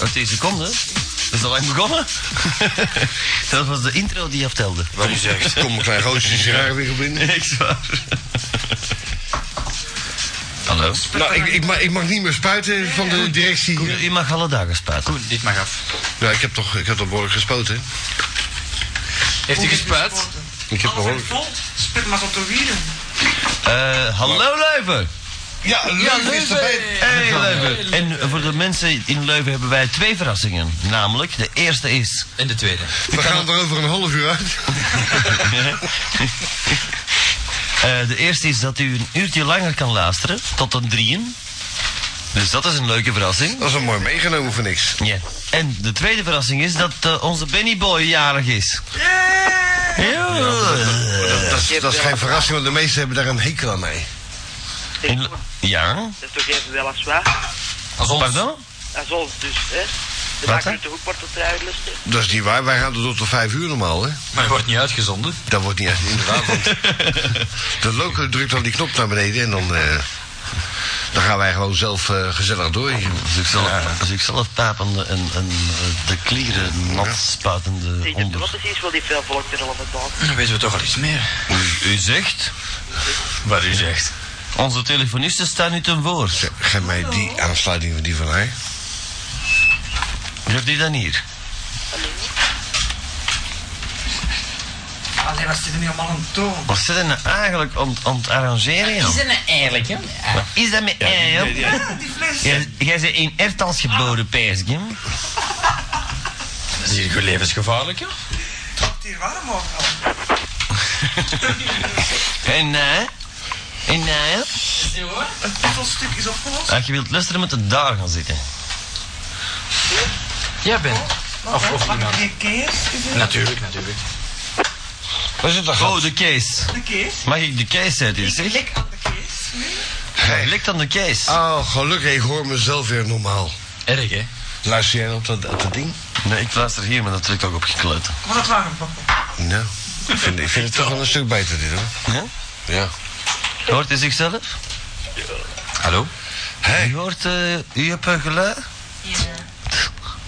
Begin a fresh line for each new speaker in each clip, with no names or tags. uit deze seconde. Dat is al lang begonnen. dat was de intro die je vertelde.
Wat je zegt.
Kom een klein gootje sigarenwinkel binnen.
Echt waar. Hallo.
Nou, ik, ik, mag, ik mag niet meer spuiten van de directie.
Je mag alle dagen spuiten.
Koen, dit mag af.
Nou, ik heb toch, ik heb toch behoorlijk gespoten. hè?
Heeft u gespuit?
Ik heb behoorlijk...
Spit maar op de wielen.
Eh, hallo Leuven.
Oh, Ja, leuk is erbij.
Hey Leuven. En voor de mensen in Leuven hebben wij twee verrassingen. Namelijk, de eerste is...
En de tweede.
We gaan er over een half uur uit.
Eh, de eerste is dat u een uurtje langer kan luisteren, tot een drieën. Dus dat is een leuke verrassing.
Dat is al mooi meegenomen voor niks.
Ja. En de tweede verrassing is dat eh, onze Benny Boy jarig is. Ja.
Dat is, dat is geen verrassing, want de meesten hebben daar een hekel aan mee.
In L- ja.
Dat is toch even wel als waar.
Als ons.
Pardon?
Als ons dus, hè. De
Wat,
bakker
hè?
uit de hoek wordt tot eruit lusten.
Dat is niet waar, wij gaan er tot de vijf uur normaal, hè?
Maar het wordt niet uitgezonden.
Dat wordt niet echt, inderdaad. Want de loco drukt dan die knop naar beneden en dan, eh, dan gaan wij gewoon zelf eh, gezellig door. hier.
Dus ik zal, dus ik zal het tapende en, en eh, de klieren nat spuitende
Zie je,
onder.
wat precies wel die veel volk er allemaal baan.
Dan weten we toch al iets meer.
U, u zegt?
Wat u zegt.
Onze telefonisten staan nu ten woord.
Zeg, Geef mij die aansluiting van die van haar.
Geef die dan hier.
Allee, wat zit er nu allemaal aan toon?
Wat zit er nou eigenlijk aan, aan het arrangeren? Jan?
Is dat nou eigenlijk, hè?
Wat is dat met ei, joh?
Die fles.
Jij- Jij bent in Ertans geboren, pijs ik, hè?
Dat is hier goed levensgevaarlijk, hè?
Wat die warm overal.
En nee. En eh? nee, hè?
Is die hoor? Het puzzelstuk is opgelost.
Als je wilt luisteren, moet je daar gaan zitten.
Jij bent. Of, of
Mag ik
iemand.
die kees? Is het
Natuurlijk, natuurlijk.
Waar zit dat gat?
Oh, de kees.
de kees?
Mag ik de kees uit hier, zeg?
Lek aan de kees. nu.
Hey.
Lik dan de kees.
Oh, gelukkig, ik hoor mezelf weer normaal.
Erg, hè?
Luister jij op dat, op dat ding?
Nee, ik luister hier, maar dat trekt ook op gekleuten.
Wat het warm, papa.
Nou, ik vind, ik vind het toch wel een stuk beter dit hoor.
Ja?
Ja.
Hoort u zichzelf?
Hallo?
U hoort, eh, u hebt een geluid?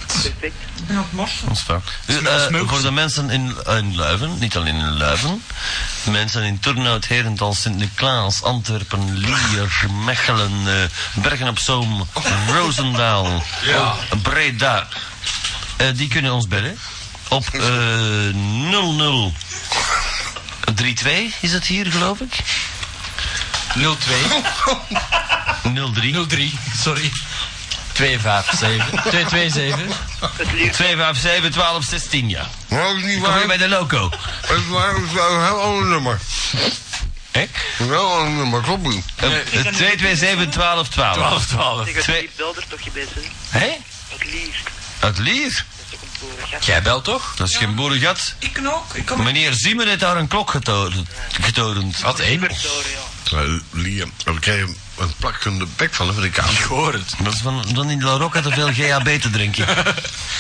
Perfect.
Ik ben aan het morsen.
Ontstaan. U,
Smel-
eh,
smulksen.
voor de mensen in, in Leuven, niet alleen in Leuven, mensen in Turnhout, Herentals, Sint-Niklaas, Antwerpen, Lier, Mechelen, eh, Bergen op Zoom, Roosendaal,
Ja.
Breda, eh, die kunnen ons bellen op eh 0032 is dat hier geloof ik?
02
03
03, sorry. 257 227
Het liefst
257 1216 ja.
Maar ook nou, niet
Kom
waar.
je bij de loco.
Het is waar, het is wel een heel ander nummer.
Hè?
Een heel ander nummer, klopt niet.
Eh, 227 1212.
1212.
tegen het
Twee-
liefst belder toch je mensen.
Hé?
Het liefst.
Het lier?
Dat is toch een boerengat.
Jij belt toch?
Dat is geen boerengat.
Ik kan ook. Ik kan
Meneer Ziemer heeft daar een klok getorend. getorend.
Wat één? Ik
Sorry, ja.
Eh, Liam, we kregen een plakkende bek van hem van de kamer.
hoor het.
Dat is van, van die La Rocca te veel GHB te drinken.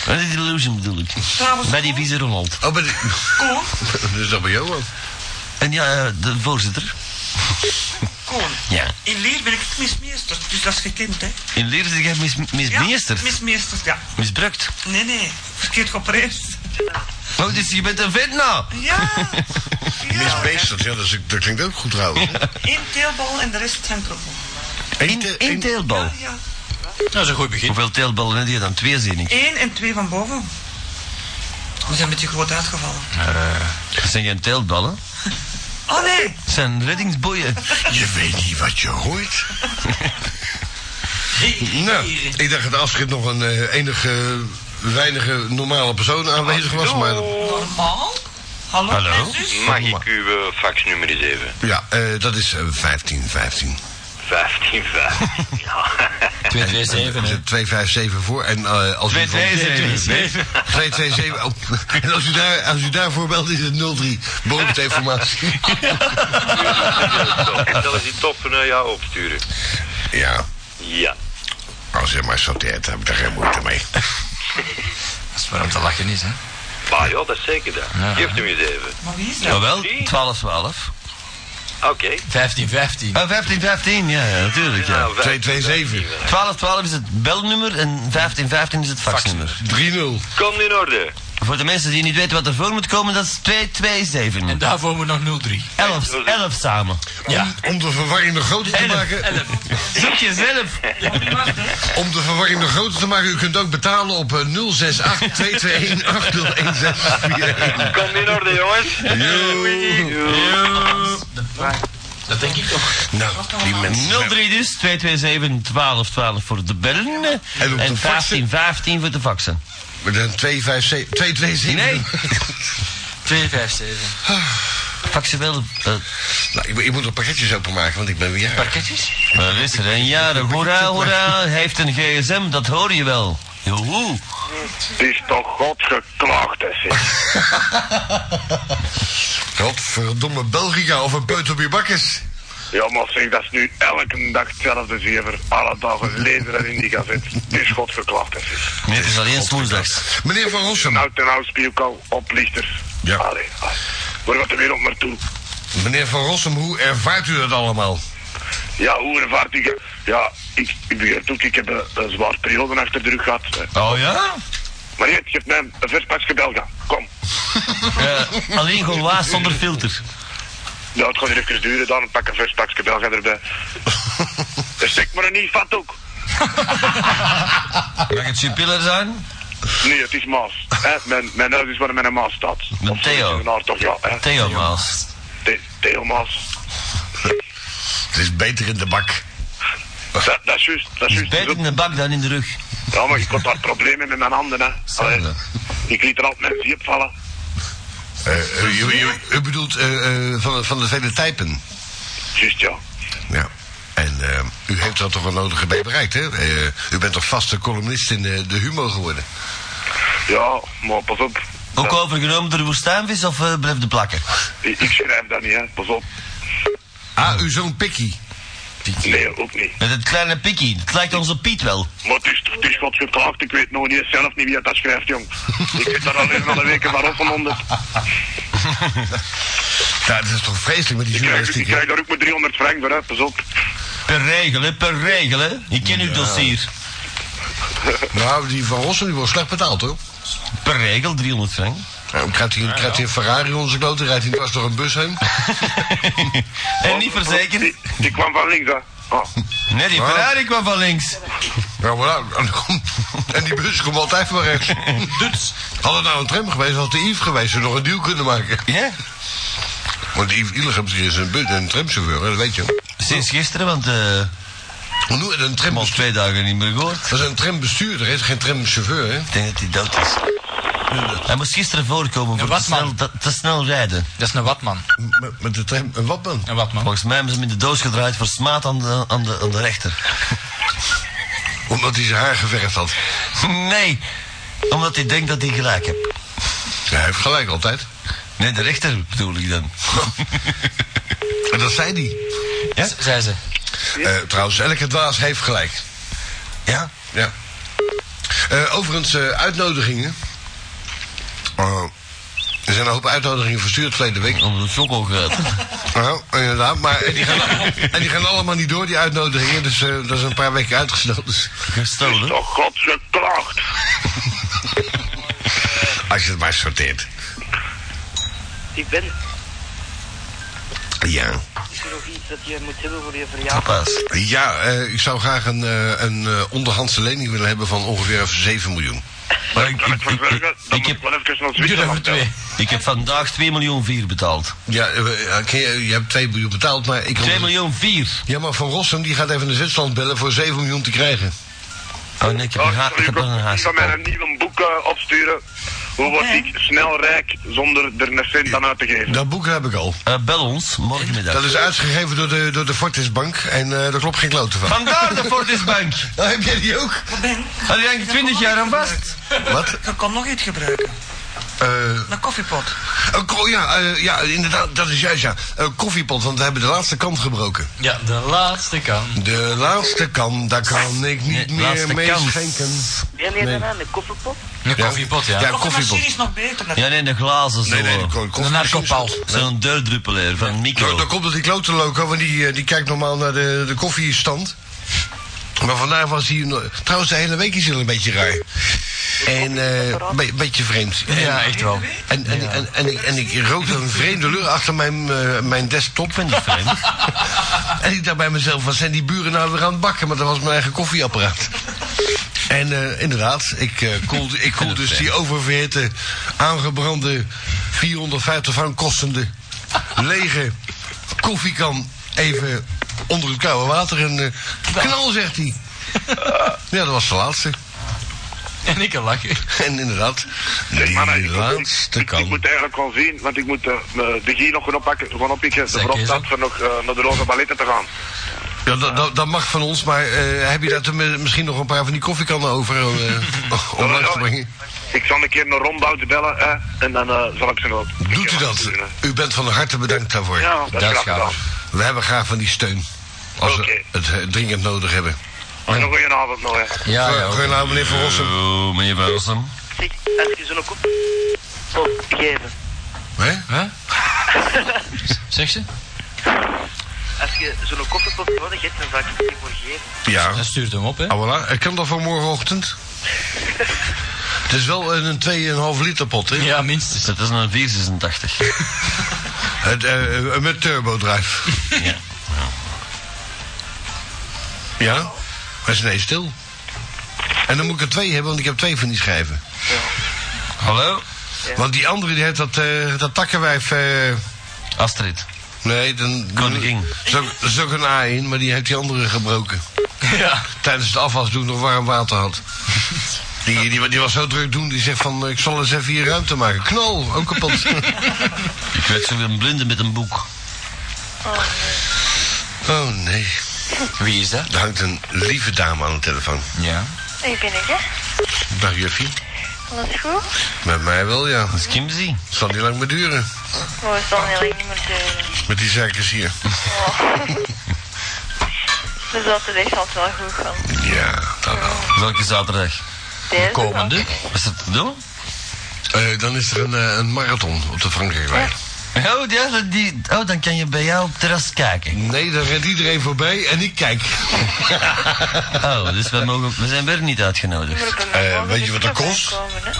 Dat is illusion bedoel ik.
Trouwens,
Bij die
Koen,
vieze Ronald.
Oh, maar die-
Koen,
dat is dat bij Johan.
En ja, eh, de voorzitter.
Koen.
Ja.
In leer ben ik het mismeester, dus dat is gekend, hè?
In Leer is hij mis, mismeesterd.
Mismeester, ja.
Misbruikt.
Nee, nee. Verkeerd geopereerd.
Oh, dus je bent een vet nou.
Ja. ja.
Misbeesterd, ja, dat, is- dat klinkt ook goed trouwens.
Eén teelbal en de rest zijn kroppen.
In, in teelbal.
Ja, ja.
Dat is een goed begin.
Hoeveel teelballen heb je dan? Twee, zie ik.
Eén en twee van boven. We zijn met je groot uitgevallen.
Dat zijn geen teelballen.
Oh nee!
Dat zijn reddingsboeien.
Je weet niet wat je hoort. nou, ik dacht dat Astrid nog een eh, enige, weinige normale persoon aanwezig was, maar...
Normaal? Hallo,
Hallo?
mijn zus?
dus-
Mag ik uw eh, faxnummer eens even?
Ja, eh, dat is eh, 1515.
15, 15. ja.
227,
Er
hè?
zit 257 voor en eh, als u...
Twee,
van-
twee, zeven.
227. oh, en als u, daar, als u daarvoor belt is het 03. Beroepsinformatie.
En dan is die top naar jou opsturen.
ja,
Ja.
als je maar sorteert, heb ik daar geen moeite mee.
Dat is waarom te lachen is, hè?
Maar ja, dat is zeker dat. Geef hem eens even.
Maar wie is dat?
Jawel, 12, 12.
Oké.
1515.
Oh, 1515, ja, ja, natuurlijk, ja.
Nou, wij-
227.
1212 is het belnummer en 1515 is het faxnummer.
3-0.
Komt in orde.
Voor de mensen die niet weten wat ervoor moet komen, dat is 227.
En daarvoor moet nog 03.
11,
dat is-
11 samen.
Ja.
Om de verwarring nog groter te
11,
maken.
11. Zoek jezelf.
Om de verwarring nog groter te maken, u kunt ook betalen op eh, 068 221
Komt in orde, jongens.
Dat denk ik toch.
Nou, die mensen.
03 dus, 227 1212 voor de bellen. En,
En op de faxen.
1515 voor de faxen.
Maar dan 257. 227.
Nee.
257.
Faxen wel. eh,
Nou, ik, moet- ik moet nog pakketjes openmaken, want ik ben weer jarig.
Pakketjes?
Maar is er een jarig, hoera, hoera, hij heeft een gsm, dat hoor je wel. Joehoe.
Het is toch godgeklaagd, zeg.
Godverdomme Belgica of een peut op je bakkes.
Ja, maar zeg, dat is nu elke dag hetzelfde zever. Alle dagen lezen dat in die gazet. Het is godgeklaagd, zeg.
Nee, het is alleen woensdags.
Meneer Van
Hm.
Rossum.
Nou, ten oude spielkal, oplichters.
Ja.
Allee, ah, waar gaat de wereld naartoe?
Meneer Van Rossum, hoe ervaart u dat allemaal?
Ja, hoe ervaart ik het? Ja, ik, ik begrijp het ook, ik heb een, een zwaar periode achter de rug gehad. eh.
Oh ja?
Maar je hebt mij een vers pakje Belga. Kom.
Eh, alleen golaas zonder filter.
Ja, het gaat hier even duren, dan pak een vers pakje Belga erbij. Er steekt maar een nieuw vat ook.
Mag het supiller zijn?
Nee, het is Maas. hè. mijn, mijn huis is waar mijn Maas staat.
Met
Of zo
Theo.
is het een aard toch, ja. hè.
Theo Maas.
The- Theo Maas.
Het is beter in de bak.
Dat, dat is juist, dat is juist.
Beter in de bak dan in de rug.
Ja, maar ik had daar problemen met mijn handen, hè. Allee,
Hetzelfde.
ik liet er altijd mijn zeep vallen.
Eh, eh, u, u- u bedoelt eh, eh, van, de- van de vele typen.
Juist, ja.
Ja. En eh, u heeft dat toch wel nodige bij bereikt, hè? Eh, u bent toch vaste columnist in eh, de Humo geworden?
Ja, maar pas op.
Ook
Dat-
overgenomen door de woestijnvis of eh blijf de plakken?
ik, ik schrijf dat niet, hè. Pas op.
Ah, uw zoon Pikkie.
Nee, ook niet.
Met het kleine pikkie, het lijkt onze Piet wel.
Maar het is, het is wat geklaagd. Ik weet nog niet eens zelf niet wie dat schrijft, jong. ik zit daar alleen al een week van op en onder.
Ja, dat is toch vreselijk met die
Ik krijg, ik
journalistiek, hè?
krijg daar ook maar 300 frank voor, hè. Pas op.
Per regel, hè, per regel, hè. Ik ken uw dossier.
Nou, die Van Rossum die wordt slecht betaald, hoor.
Per regel, 300 frank.
Nou, krijgt hij, krijgt hij een Ferrari onze kloten, rijdt hij pas door een bus heen?
en niet verzekerd?
Oh, Die, die kwam van links, hè. Ah.
Nee, die
Wat?
Ferrari kwam van links.
Ja, voilà. En dan komt- En die bus komt altijd van rechts. Duts. Had het nou een tram geweest, had de Yves geweest, ze nog een deal kunnen maken.
Ja?
Want Yves Illegem is een, bu- een tramchauffeur, hè, dat weet je.
Sinds gisteren, want eh
Hoe noem je dat, een
ik al
trambestuurder?
twee dagen niet meer gehoord.
Dat is een trambestuurder, hè, dat is geen tramchauffeur, hè?
Ik denk dat hij dood is. Hij moest gisteren voorkomen voor te
wat, man?
snel, te, te snel rijden.
Dat is een watman.
M- met de tram, een watman.
Een watman.
Volgens mij hebben ze hem in de doos gedraaid voor smaad aan de, aan de, aan de rechter.
Omdat hij zijn haar geverfd had.
Nee, omdat hij denkt dat hij gelijk heeft.
Ja, hij heeft gelijk altijd.
Nee, de rechter bedoel ik dan.
En dat zei hij.
Z- Zei ze.
Eh, trouwens, elke dwaas heeft gelijk.
Ja?
Ja. Eh, overigens, eh, uitnodigingen. Eh, er zijn een hoop uitnodigingen verstuurd verleden week.
Om de choco gaat.
Nou, inderdaad. Maar en die, gaan, en die gaan allemaal niet door, die uitnodigingen. Dus eh, dat is een paar weken uitgesteld. Dus
Is
Gestolen.
toch godsgeklaagd.
als je het maar sorteert.
Ik ben.
Ja.
Is er nog iets dat je moet hebben voor je verjaardag?
Papa's.
Ja, eh, ik zou graag een, eh, een eh, onderhandse lening willen hebben van ongeveer 7 miljoen.
Maar ik,
Kan
ik,
ik verwerken?
ik-
Dan
ik
moet ik
heb,
wel even naar
Ik doe dat
Zwitserland.
voor twee.
ik heb vandaag 2 miljoen 4 betaald.
Ja, eh, eh, ken je, je hebt 2 miljoen betaald, maar ik...
2 miljoen 4.
Ja, maar Van Rossum die gaat even naar Zwitserland bellen voor 7 miljoen te krijgen.
Oh nee, ik heb
Ja,
een, ha- ik
ik
heb een
kan- ik
haast.
kan mij een nieuw boek eh, opsturen. Hoe word ik snel rijk zonder er een cent aan uit te geven?
Dat boek heb ik al.
Eh, bel ons
Dat
morgenmiddag.
is uitgegeven door de, door de Fortisbank en eh daar klopt geen klote van.
Vandaar de Fortisbank.
Nou, heb jij die ook?
Wat ben
Had je eigenlijk 20 jaar aan vast?
Wat?
Ik kan nog iets gebruiken.
Eh,
Een koffiepot.
een ko- ja, eh, ja, inderdaad, dat is juist, ja. Een koffiepot, want we hebben de laatste kant gebroken.
Ja, de laatste kan.
De laatste kan, daar kan ik niet
Nee,
meer
laatste
mee
kans.
schenken.
Ben je daarna een kofferpot?
Een
Ja.
koffiepot, ja.
Ja,
Nog een
koffiepot.
machine is nog beter. natuurlijk.
Ja, nee, de glazen zo.
Nee, nee, de ko-
Een
koffie-
narcopaal.
Zo'n deurdruppelaar van
Nou,
micro.
dan komt het die klote loco, want die, eh, die kijkt normaal naar de, de koffiestand. Maar vandaag was hij... no- Trouwens, de hele week is hij al een beetje raar. En eh, een be- beetje vreemd.
Ja, echt wel.
En, en, en, en, ik, en ik rook een vreemde lucht achter mijn, eh, mijn desktop. Vind ik vreemd. en ik dacht bij mezelf, wat zijn die buren nou weer aan het bakken? Maar dat was mijn eigen koffieapparaat. En eh, inderdaad, ik eh, koel, ik koel dus die oververhitte, aangebrande, 450 van kostende, lege koffiekan even onder het koude water. En eh, knal, zegt hij. Ja, dat was de laatste.
En ik kan lachen.
En inderdaad,
Maar
de
ik, ik,
laatste
ik, ik
kan.
moet eigenlijk wel zien, want ik moet eh, me- de G nog gaan oppakken, gaan oppikken. De
Zeg,
vooropstand
Kees,
van nog eh, naar de roze balletten te gaan.
Ja, dat, dat, dat mag van ons, maar eh, heb je daar te- misschien nog een paar van die koffiekannen over eh,
Oh,
om langs te brengen?
Ik zal een keer naar Rondbout bellen hè, en dan eh, zal ik ze nog.
Doet u dat? U bent van harte bedankt daarvoor.
Ja, dat,
Dat
is
gaat.
graag gedaan.
We hebben graag van die steun. Als
Oké.
we het eh, dringend nodig hebben.
En nog een goeie avond nog, hè.
Ja, Ah, ja.
Goedenavond, meneer Van Rossum.
Oh, meneer Van Rossum.
Zeg, als je zo'n koffiepot geeft,
Hè?
Hè? Zeg ze?
als je zo'n koffiepot nodig hebt, dan zou ik het je voor geven.
Ja.
Hij stuurt hem op, hè?
Ah, voilà. Ik kan dat voor morgenochtend. Het is wel een 2,5 liter pot, hè?
Ja, minstens.
Dus Dat is een 486.
Het, eh, eh, met turbodrive.
Ja.
Ja? Maar is ineens stil. En dan moet ik er twee hebben, want ik heb twee van die schijven.
Hallo?
Want die andere die heeft dat, eh, dat takkenwijf. eh,
Astrid.
nee, dan.
Koningin.
Er is ook- er is ook een A in, maar die heeft die andere gebroken.
Ja.
Tijdens het afwas doen nog warm water had. Die, die, die was zo druk doen, die zegt van eh, ik zal eens even hier ruimte maken. Knal, ook kapot.
Ik werd zo weer een blinde met een boek.
oh nee.
Wie is dat?
Er hangt een lieve dame aan de telefoon.
Ja.
Ik ben ik, hè?
Dag juffie.
Alles goed?
Met mij wel, ja.
Dat is Kimsey.
Het zal niet lang meer duren.
Oh, ik zal niet lang niet meer deuren.
Met die zeikers hier.
Dus dat de echt altijd wel goed van.
Ja, dat wel.
Welke zaterdag?
Deze
Komende.
Was dat te doen?
Eh, dan is er een, eh, een marathon op de Frankrijkweg.
Oh, ja, dat die, oh, dan kan je bij jou op het terras kijken.
Nee, dan rent iedereen voorbij en ik kijk.
Oh, dus we, mogen, we zijn weer niet
wel.
uitgenodigd.
Maar bij mij
Eh,
mogen
weet je
ze
wat dat
erbij
kost?
Komen, hè?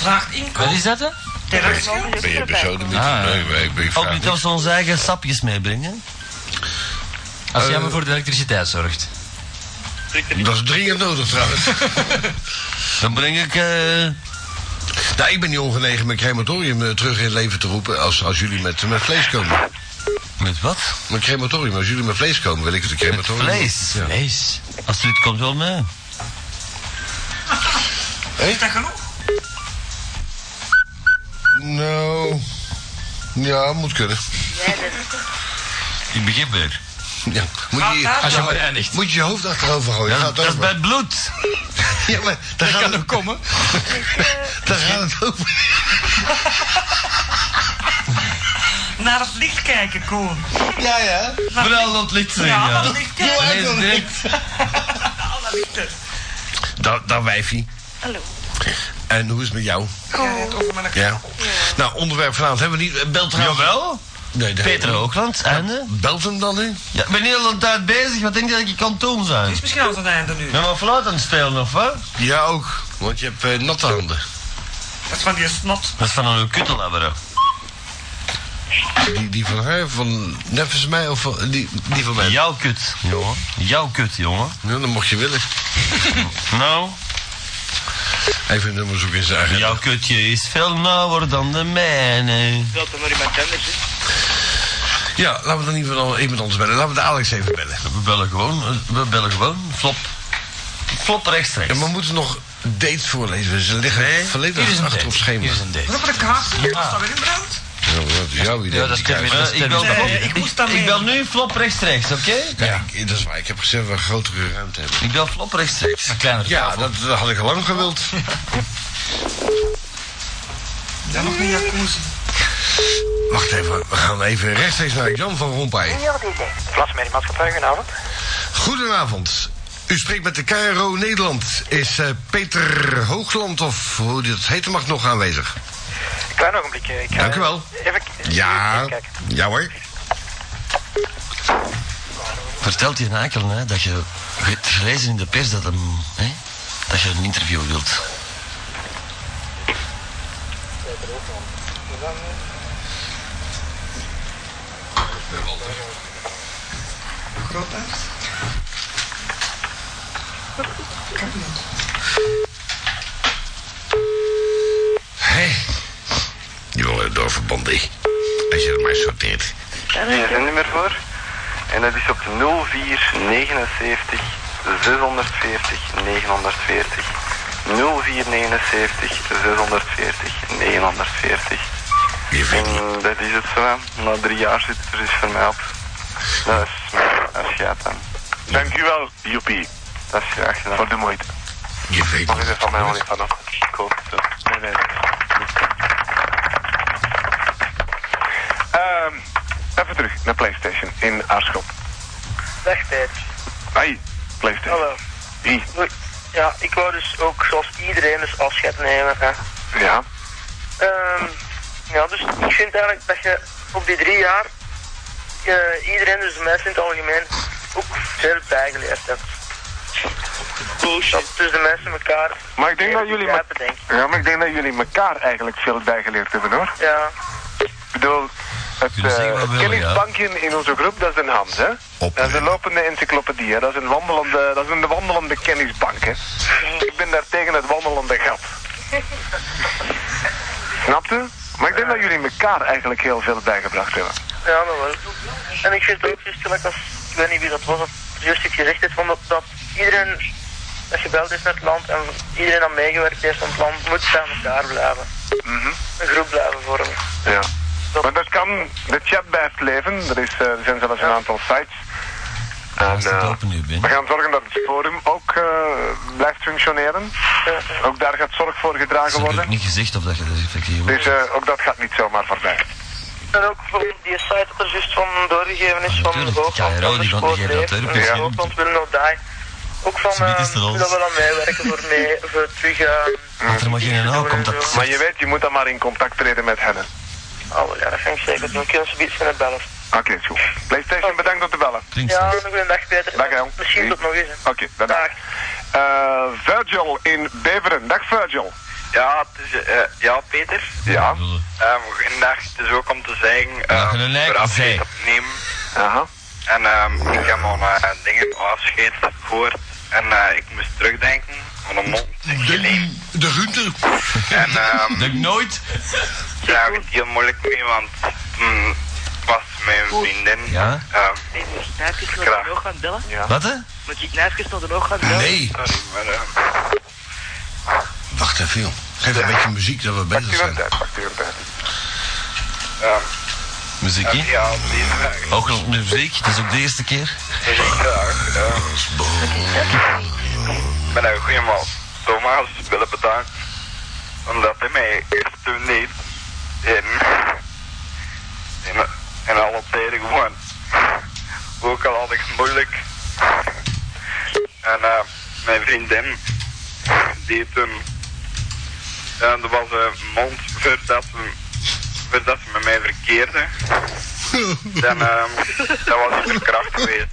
Vraag inkomen.
Wat is dat, hè?
Terras mogen ze
Ben je
ook erbij
persoon?
komen.
Ah,
Nee, maar ik ben
Ook
vraag
niet
niet.
als we onze eigen sapjes meebrengen.
Als jij maar voor de elektriciteit zorgt.
Dat is dringend nodig trouwens.
Dan breng ik... eh,
nou, ik ben niet ongenegen mijn crematorium eh, terug in het leven te roepen als, als jullie met, met vlees komen.
met wat?
Mijn crematorium, als jullie met vlees komen, wil ik het crematorium.
vlees?
Ja.
Lees.
Astrid komt wel mee.
Is dat genoeg?
Nou, ja, moet kunnen.
Jij bent
Ik begin weer.
Ja. Moet, je,
Als je maar eindigt.
moet je je hoofd achterover gooien.
Ja,
gaat
dat,
het
is bij het
over.
bloed.
Ja, maar daar
Dat
gaat,
kan nog
het,
komen.
daar gaat het over.
Naar het licht kijken, Koen.
Ja, ja.
Vooral dat licht zien,
Ja,
ja.
dat licht kijken.
Nee, direct.
Alle lichten.
Dat, dat wijfie.
Hallo.
En hoe is het met jou?
Goed. Over mijn
Ja. Nou, onderwerp vanavond hebben we niet. Eh, Belt trouwens-
Jawel.
Nee, daar-
Peter Hoogland, einde.
Belt hem dan in?
Ja, ik ben heel de tijd bezig, wat denk je dat ik kan doen zijn?
Is misschien al het einde nu.
Ja, maar fluit aan het spelen, of wat?
Ja, ook. Want je hebt eh, natte handen.
Dat is van die snot.
Dat is van een kuttelabber.
Die, die van haar, van neffens mij of van, die, die van mij?
Jouw kut, jongen. Jouw kut, jongen.
Nou, dan mocht je willen.
Nou,
Even een nummer zoeken in zijn agenda.
jouw kutje is veel nauwer dan de mijne.
wel te maar iemand anders, hè.
Ja, laten we dan iemand anders, iemand anders bellen. Laten we de Alex even bellen.
We bellen gewoon, eh, we bellen gewoon. Flop. Flop
Ja,
rechtstreeks.
maar we moeten nog dates voorlezen. Ze liggen volledig
Hier is een
achter
date.
op schema.
Hier is een date.
Wat op de kaart? Is dat weer in brand?
Ja, maar dat is jouw idee.
Ja, dat is
Die
kunnen we-
kaart.
Eh, ik, bel,
Nee, ik moest daarmee.
ik bel nu flop rechtstreeks, oké?
Kijk, dat is waar. Ik heb gezegd dat we grotere ruimte hebben.
Ik bel flop rechtstreeks.
Een kleinere
Ja,
tafel.
dat, dat had ik al lang gewild.
Dan nog een jacuzzi.
Wacht even, we gaan even rechtstreeks naar Jan van Rompuy.
Vlasmediemaatschappij, goedenavond.
Goedenavond. U spreekt met de KRO Nederland. Is eh, Peter Hoogland of hoe die dat heet mag nog aanwezig?
Klein ogenblik. eh, Ik ga
Dank u wel.
Even
Ja,
even kijken.
ja hoor.
Vertelt die Nakel hè, dat je je hebt gelezen in de pers dat, hem, hè, dat je een interview wilt.
Hé. Jongen, doorverband ik. Als je het maar sorteert.
Daar is een nummer voor. En dat is op 0479 640 940. 0479 640 940.
Je vindt niet.
En dat is het zo. hè. Na drie jaar zit het er dus vermeld. Dat is mijn afscheid dan.
Dankjewel, Joepie,
Dat is graag gedaan.
voor de moeite.
Je weet
Mag ik
niet.
er van mij wel niet vanaf? Klopt. Nee, nee, nee.
Ehm, even terug naar PlayStation in Aarschot.
Dag Peter.
Hoi, PlayStation.
Hallo.
Hi.
Hoi. Ja, ik wou dus ook zoals iedereen dus afscheid nemen. Hè.
Ja.
Ehm, ja, dus ik vind eigenlijk dat je op die drie jaar eh, iedereen, dus de mensen in het algemeen, ook veel bijgeleerd hebt. Dat dus de mensen elkaar
Maar ik denk
meer
dat jullie... me-
begrijpen, denk ik.
Ja, maar ik denk dat jullie elkaar eigenlijk veel bijgeleerd hebben, hoor.
Ja,
Ik bedoel, het,
Kunnen zeggen
eh,
wat
het
we willen, ja.
kennisbankje in onze groep, dat is een Hans, hè?
Op-
Dat is een lopende encyclopedie, hè? Dat is een wandelende, dat is een wandelende kennisbank, hè? Ik ben daar tegen het wandelende gat. Snapte? Maar ik denk dat jullie elkaar eigenlijk heel veel bijgebracht hebben.
ja, dat wel. En ik vind het ook juist gelijk als, ik weet niet wie dat was, dat juist iets gezegd heeft, van dat, dat iedereen dat gebeld is met het land en iedereen dat meegewerkt heeft aan het land, moet bij elkaar blijven. Een groep blijven vormen.
Ja.
Dat-
Maar dat kan, de chat blijft leven. Er, is, eh, er zijn zelfs een aantal sites. En,
Als het
eh,
open nu
we
bent.
gaan zorgen dat het forum ook eh, blijft functioneren. Ook daar gaat zorg voor
Is
gedragen
natuurlijk
worden.
niet gezegd of dat je dat effectief
Dus eh, ook dat gaat niet zomaar voorbij.
En ook voor die site dat er juist van doorgegeven is van
Natuurlijk, KRO, die van- die geeft dat terug,
Ja,
misschien.
Hoogland wil nog die. Ook van,
Zoiets is
eh,
er al.
moet dat wel aan meewerken voor mee, voor terug, eh,
Want er mag geen nou komt dat...
Maar je weet, je moet dan maar in contact treden met hen. hè.
oh ja, dat vind ik zeker doen. Kunnen ze iets kunnen bellen.
Oké, is goed.
Oh.
PlayStation, bedankt om te bellen.
Klinkt
Ja,
zo.
nog een dag Peter.
Dag, hè.
Misschien tot nog eens. hè.
Oké, dag. dag. Eh, Virgil in Beveren. Dag Virgil.
Ja, het is, eh, ja, Peter.
Ja.
Eh, goedendag. Het is ook om te zeggen... eh,
Dat je een lijk
voor afscheid
zei.
opnemen.
Aha.
En ehm, ik heb al eh, dingen afscheid gehoord. En eh, ik moest terugdenken aan een mond
De, de Gunther.
En ehm,
Denk nooit.
daar heb ik het heel moeilijk mee, want mm, was mijn vriendin.
Ja?
ehm,
Nee, moet ik naadjes nog
Graag.
de oog gaan bellen?
Wat hè?
Moet ik naadjes nog de oog gaan bellen?
Nee,
sorry, maar... eh,
wacht even, joh. Geef een beetje muziek dat we
Pakt u
bezig
een
zijn.
tijd, pakt u een tijd.
Muziekje.
Ja, die vraag.
Ook al muziek, dat is ook de eerste keer.
Dus ik graag. eh, Ik ben een goede man. Thomas willen bedanken. Omdat hij mij eerst toen niet in, in, in alle tijden gewoon. Ook al had ik het moeilijk. En eh, mijn vriendin, die toen. Ja, er was een mond voordat ze, voordat ze met mij verkeerde. Dan, ehm, dat was niet verkracht geweest.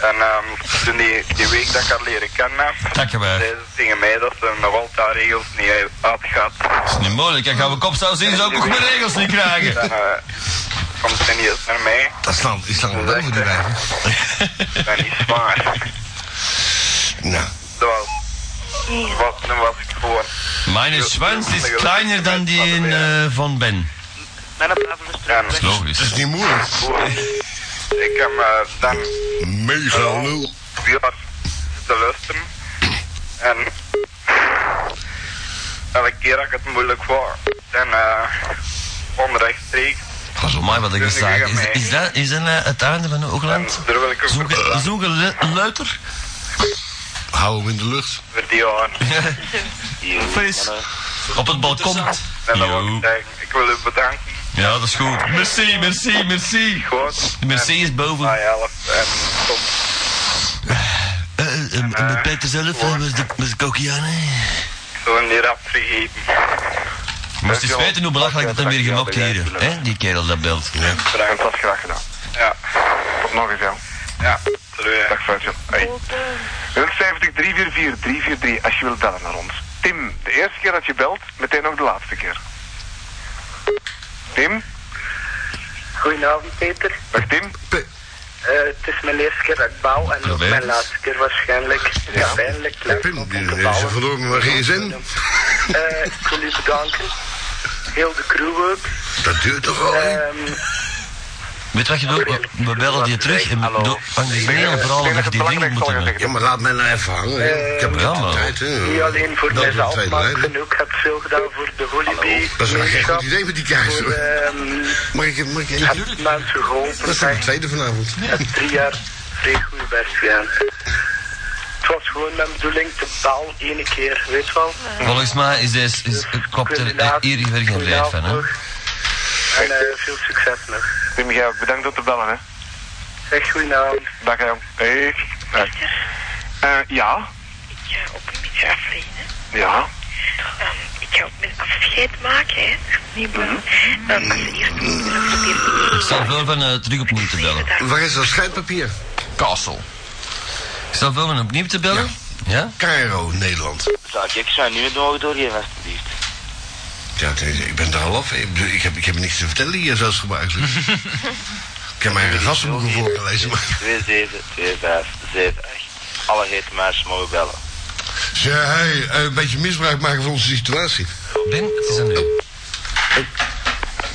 En ehm, toen die, die week dat ik haar leren kennen heb,
Takkenberg.
zei ze tegen mij dat ze nog altijd haar regels niet had gehad.
Dat is niet moeilijk. En gaan we kopsaus in, zou ik ook mijn regels niet krijgen.
Dan eh, komt ze niet eens naar mij.
Dat is lang, is lang boven de wijven.
Dat is zwaar.
Nou,
Dat was, was, toen was ik gewoon...
Mijn schwanz is kleiner dan die in, eh, van Ben.
Mijn tafel is terug.
En
Dat is
dat
logisch.
is niet moeilijk.
gewoon, ik heb me dan
Mega lul.
vier jaar te luisteren. En elke keer dat ik het moeilijk was, dan eh onrechtstreeks.
Pas op mij wat ik
Dus
gezegd
ik ga
is,
mee.
is dat is dat nou het einde van
En
Oogland?
daar wil ik een
Zoeken zoeken luiter?
Hou hem in de lucht.
voor die aan.
Fris. Op het balkon.
En dan
Jo.
wil ik zeggen, ik wil u bedanken.
Ja, dat is goed. Merci, merci, merci.
Goed.
De merci is boven.
Mij helpt. En kom.
Eh, eh, eh, en met Peter zelf, eh, met de, met de kokianen.
Gewoon die rap vergeten.
Moest eens weten hoe belachelijk dat hem weer gemokt hier. Hè, die kerel dat belt. Ja.
En dat is graag gedaan.
Ja.
Tot nog eens, ja.
Ja. Terwijl.
Dag, Sergio. Hey. 070 344 343 als je wilt bellen naar ons. Tim, de eerste keer dat je belt, meteen ook de laatste keer. Tim?
Goedenavond Peter.
Dag Tim?
Eh, het is mijn eerste keer dat ik bouw en ook
Probeer
mijn
het.
laatste keer waarschijnlijk. Ja, pijnlijk. leuk
Pim,
om
die
te
heeft ze
bouwen.
verloren maar geen zin.
Eh, ik wil u bedanken. Heel de crew ook.
Dat duurt toch wel, hè?
Ehm,
Weet wat je doet? We- We bellen die terug en
Hallo.
do- hang die
Ik
snel
denk
aan vooral
dat
dat
het
je die ding
belangrijk zal
moet
gezegd
hebben.
Ja, maar laat mij nou even hangen, hè. Ik heb
Ja,
wel
maar.
tijd, hè.
niet alleen voor
Dat is
mezelf,
een tweede
maar
lijn, hè.
genoeg. Ik heb veel gedaan voor de Hollybee.
Dat is wel geen goed idee met die kaars,
Voor,
hoor.
ehm,
Mag ik, mag ik
ik
even...
heb mensen
Dat
geholpen.
is de
echt.
tweede vanavond.
Ik heb drie jaar vrij goed best gedaan. Het was gewoon mijn bedoeling te bouwen één keer, weet je wel.
Volgens mij is deze, is, klopt er eh, hier weer geen reet van, hè?
En eh, veel succes nog.
Tim, jij ook. bedankt om te bellen, hè.
Echt goedenavond.
Dag, hè. Hey. Dag. Eh, ja?
Ik ga ook een beetje aflenen.
Ja.
Ehm, ik ga ook mijn afscheid maken, hè. Niet bang. Ehm, als eerst moet ik proberen
Ik stel veel van eh, terug opnieuw te bellen.
Waar is dat scheidpapier?
Castle.
Ik stel veel van opnieuw te bellen. Ja?
Cairo, Nederland.
Zou ik zou nu door doorgeven, alstublieft.
Ja, het is- ik ben er al af. Ik, bedoel, ik heb, ik heb niks te vertellen hier, zoals gebruikelijk. ik heb mijn gastenboeken voorgelezen, maar...
27, 25, 78. Alle hete meisjes mogen bellen.
Ze, hey, eh, een beetje misbruik maken van onze situatie.
Ben, het is aan u.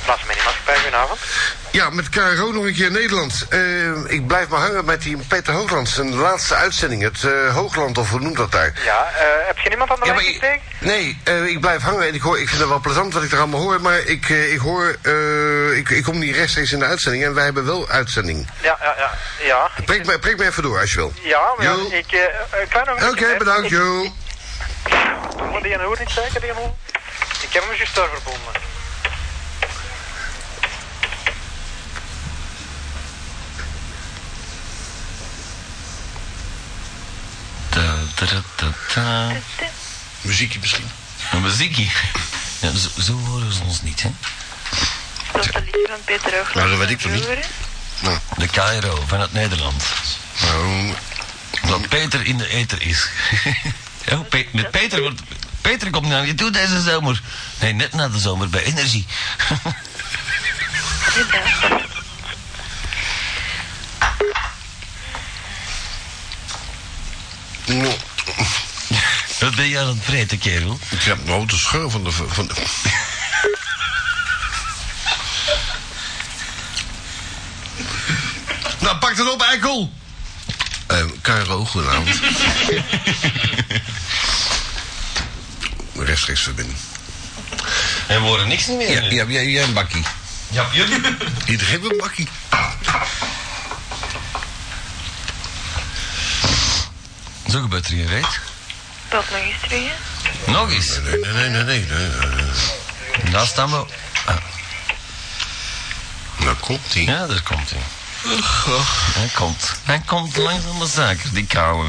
Plaats mij niet maatschappij, goedenavond.
Ja, met KRO nog een keer Nederland. Eh, ik blijf maar hangen met die Peter Hoogland. Zijn laatste uitzending, het eh, Hoogland, of hoe noemt dat daar?
Ja, eh, heb je niemand aan de
Ja,
lijn
maar ik-
gekregen?
nee, eh, ik blijf hangen en ik, hoor, ik vind het wel plezant wat ik er allemaal hoor. Maar ik, eh, ik hoor, eh, ik, ik kom niet rechtstreeks in de uitzending en wij hebben wel uitzending.
Ja, ja, ja. Ja,
Prik me, prik me even door als je wil.
ja maar
Jo.
ja, ik... eh, een klein
Oké,
ogenblikje, hè.
bedankt,
Ik-
Jo.
Moet die aan de hoer niet zeker, die aan de hoer? Ik heb hem juist daar verbonden.
Ta, ta, ta, ta, ta.
Muziekje misschien.
Een muziekje. Ja, zo, zo horen ze ons niet, hè?
Dat is de liedje van Peter Hoogland.
Nou, dat weet ik toch niet.
Vroeger, hè.
De Cairo van het Nederland. Oh.
Nou,
Dat Peter in de eter is. ja, Pe- met Peter wordt... Peter komt naar je toe deze zomer. Nee, net na de zomer bij Energie.
nou,
Wat ben je aan het vreten, kerel?
ik heb nou de scheur van de... Van de... nou, pak het op, eikel! Eh, KRO, goedenavond. rechtstreeks verbinden.
En we horen niks niet meer.
Ja, ja, jij, jij een bakkie.
Ja, jullie.
Iedereen wil een bakkie.
Zo gebeurt er geen reet.
Dat nog eens terug, hè.
Nog eens.
Nee, nee, nee, nee, nee. nee, nee.
Daar staan we. Ah,
Nou komt ie.
ja, daar komt hij. Hij komt. Hij komt langzaam de zaak, die koude.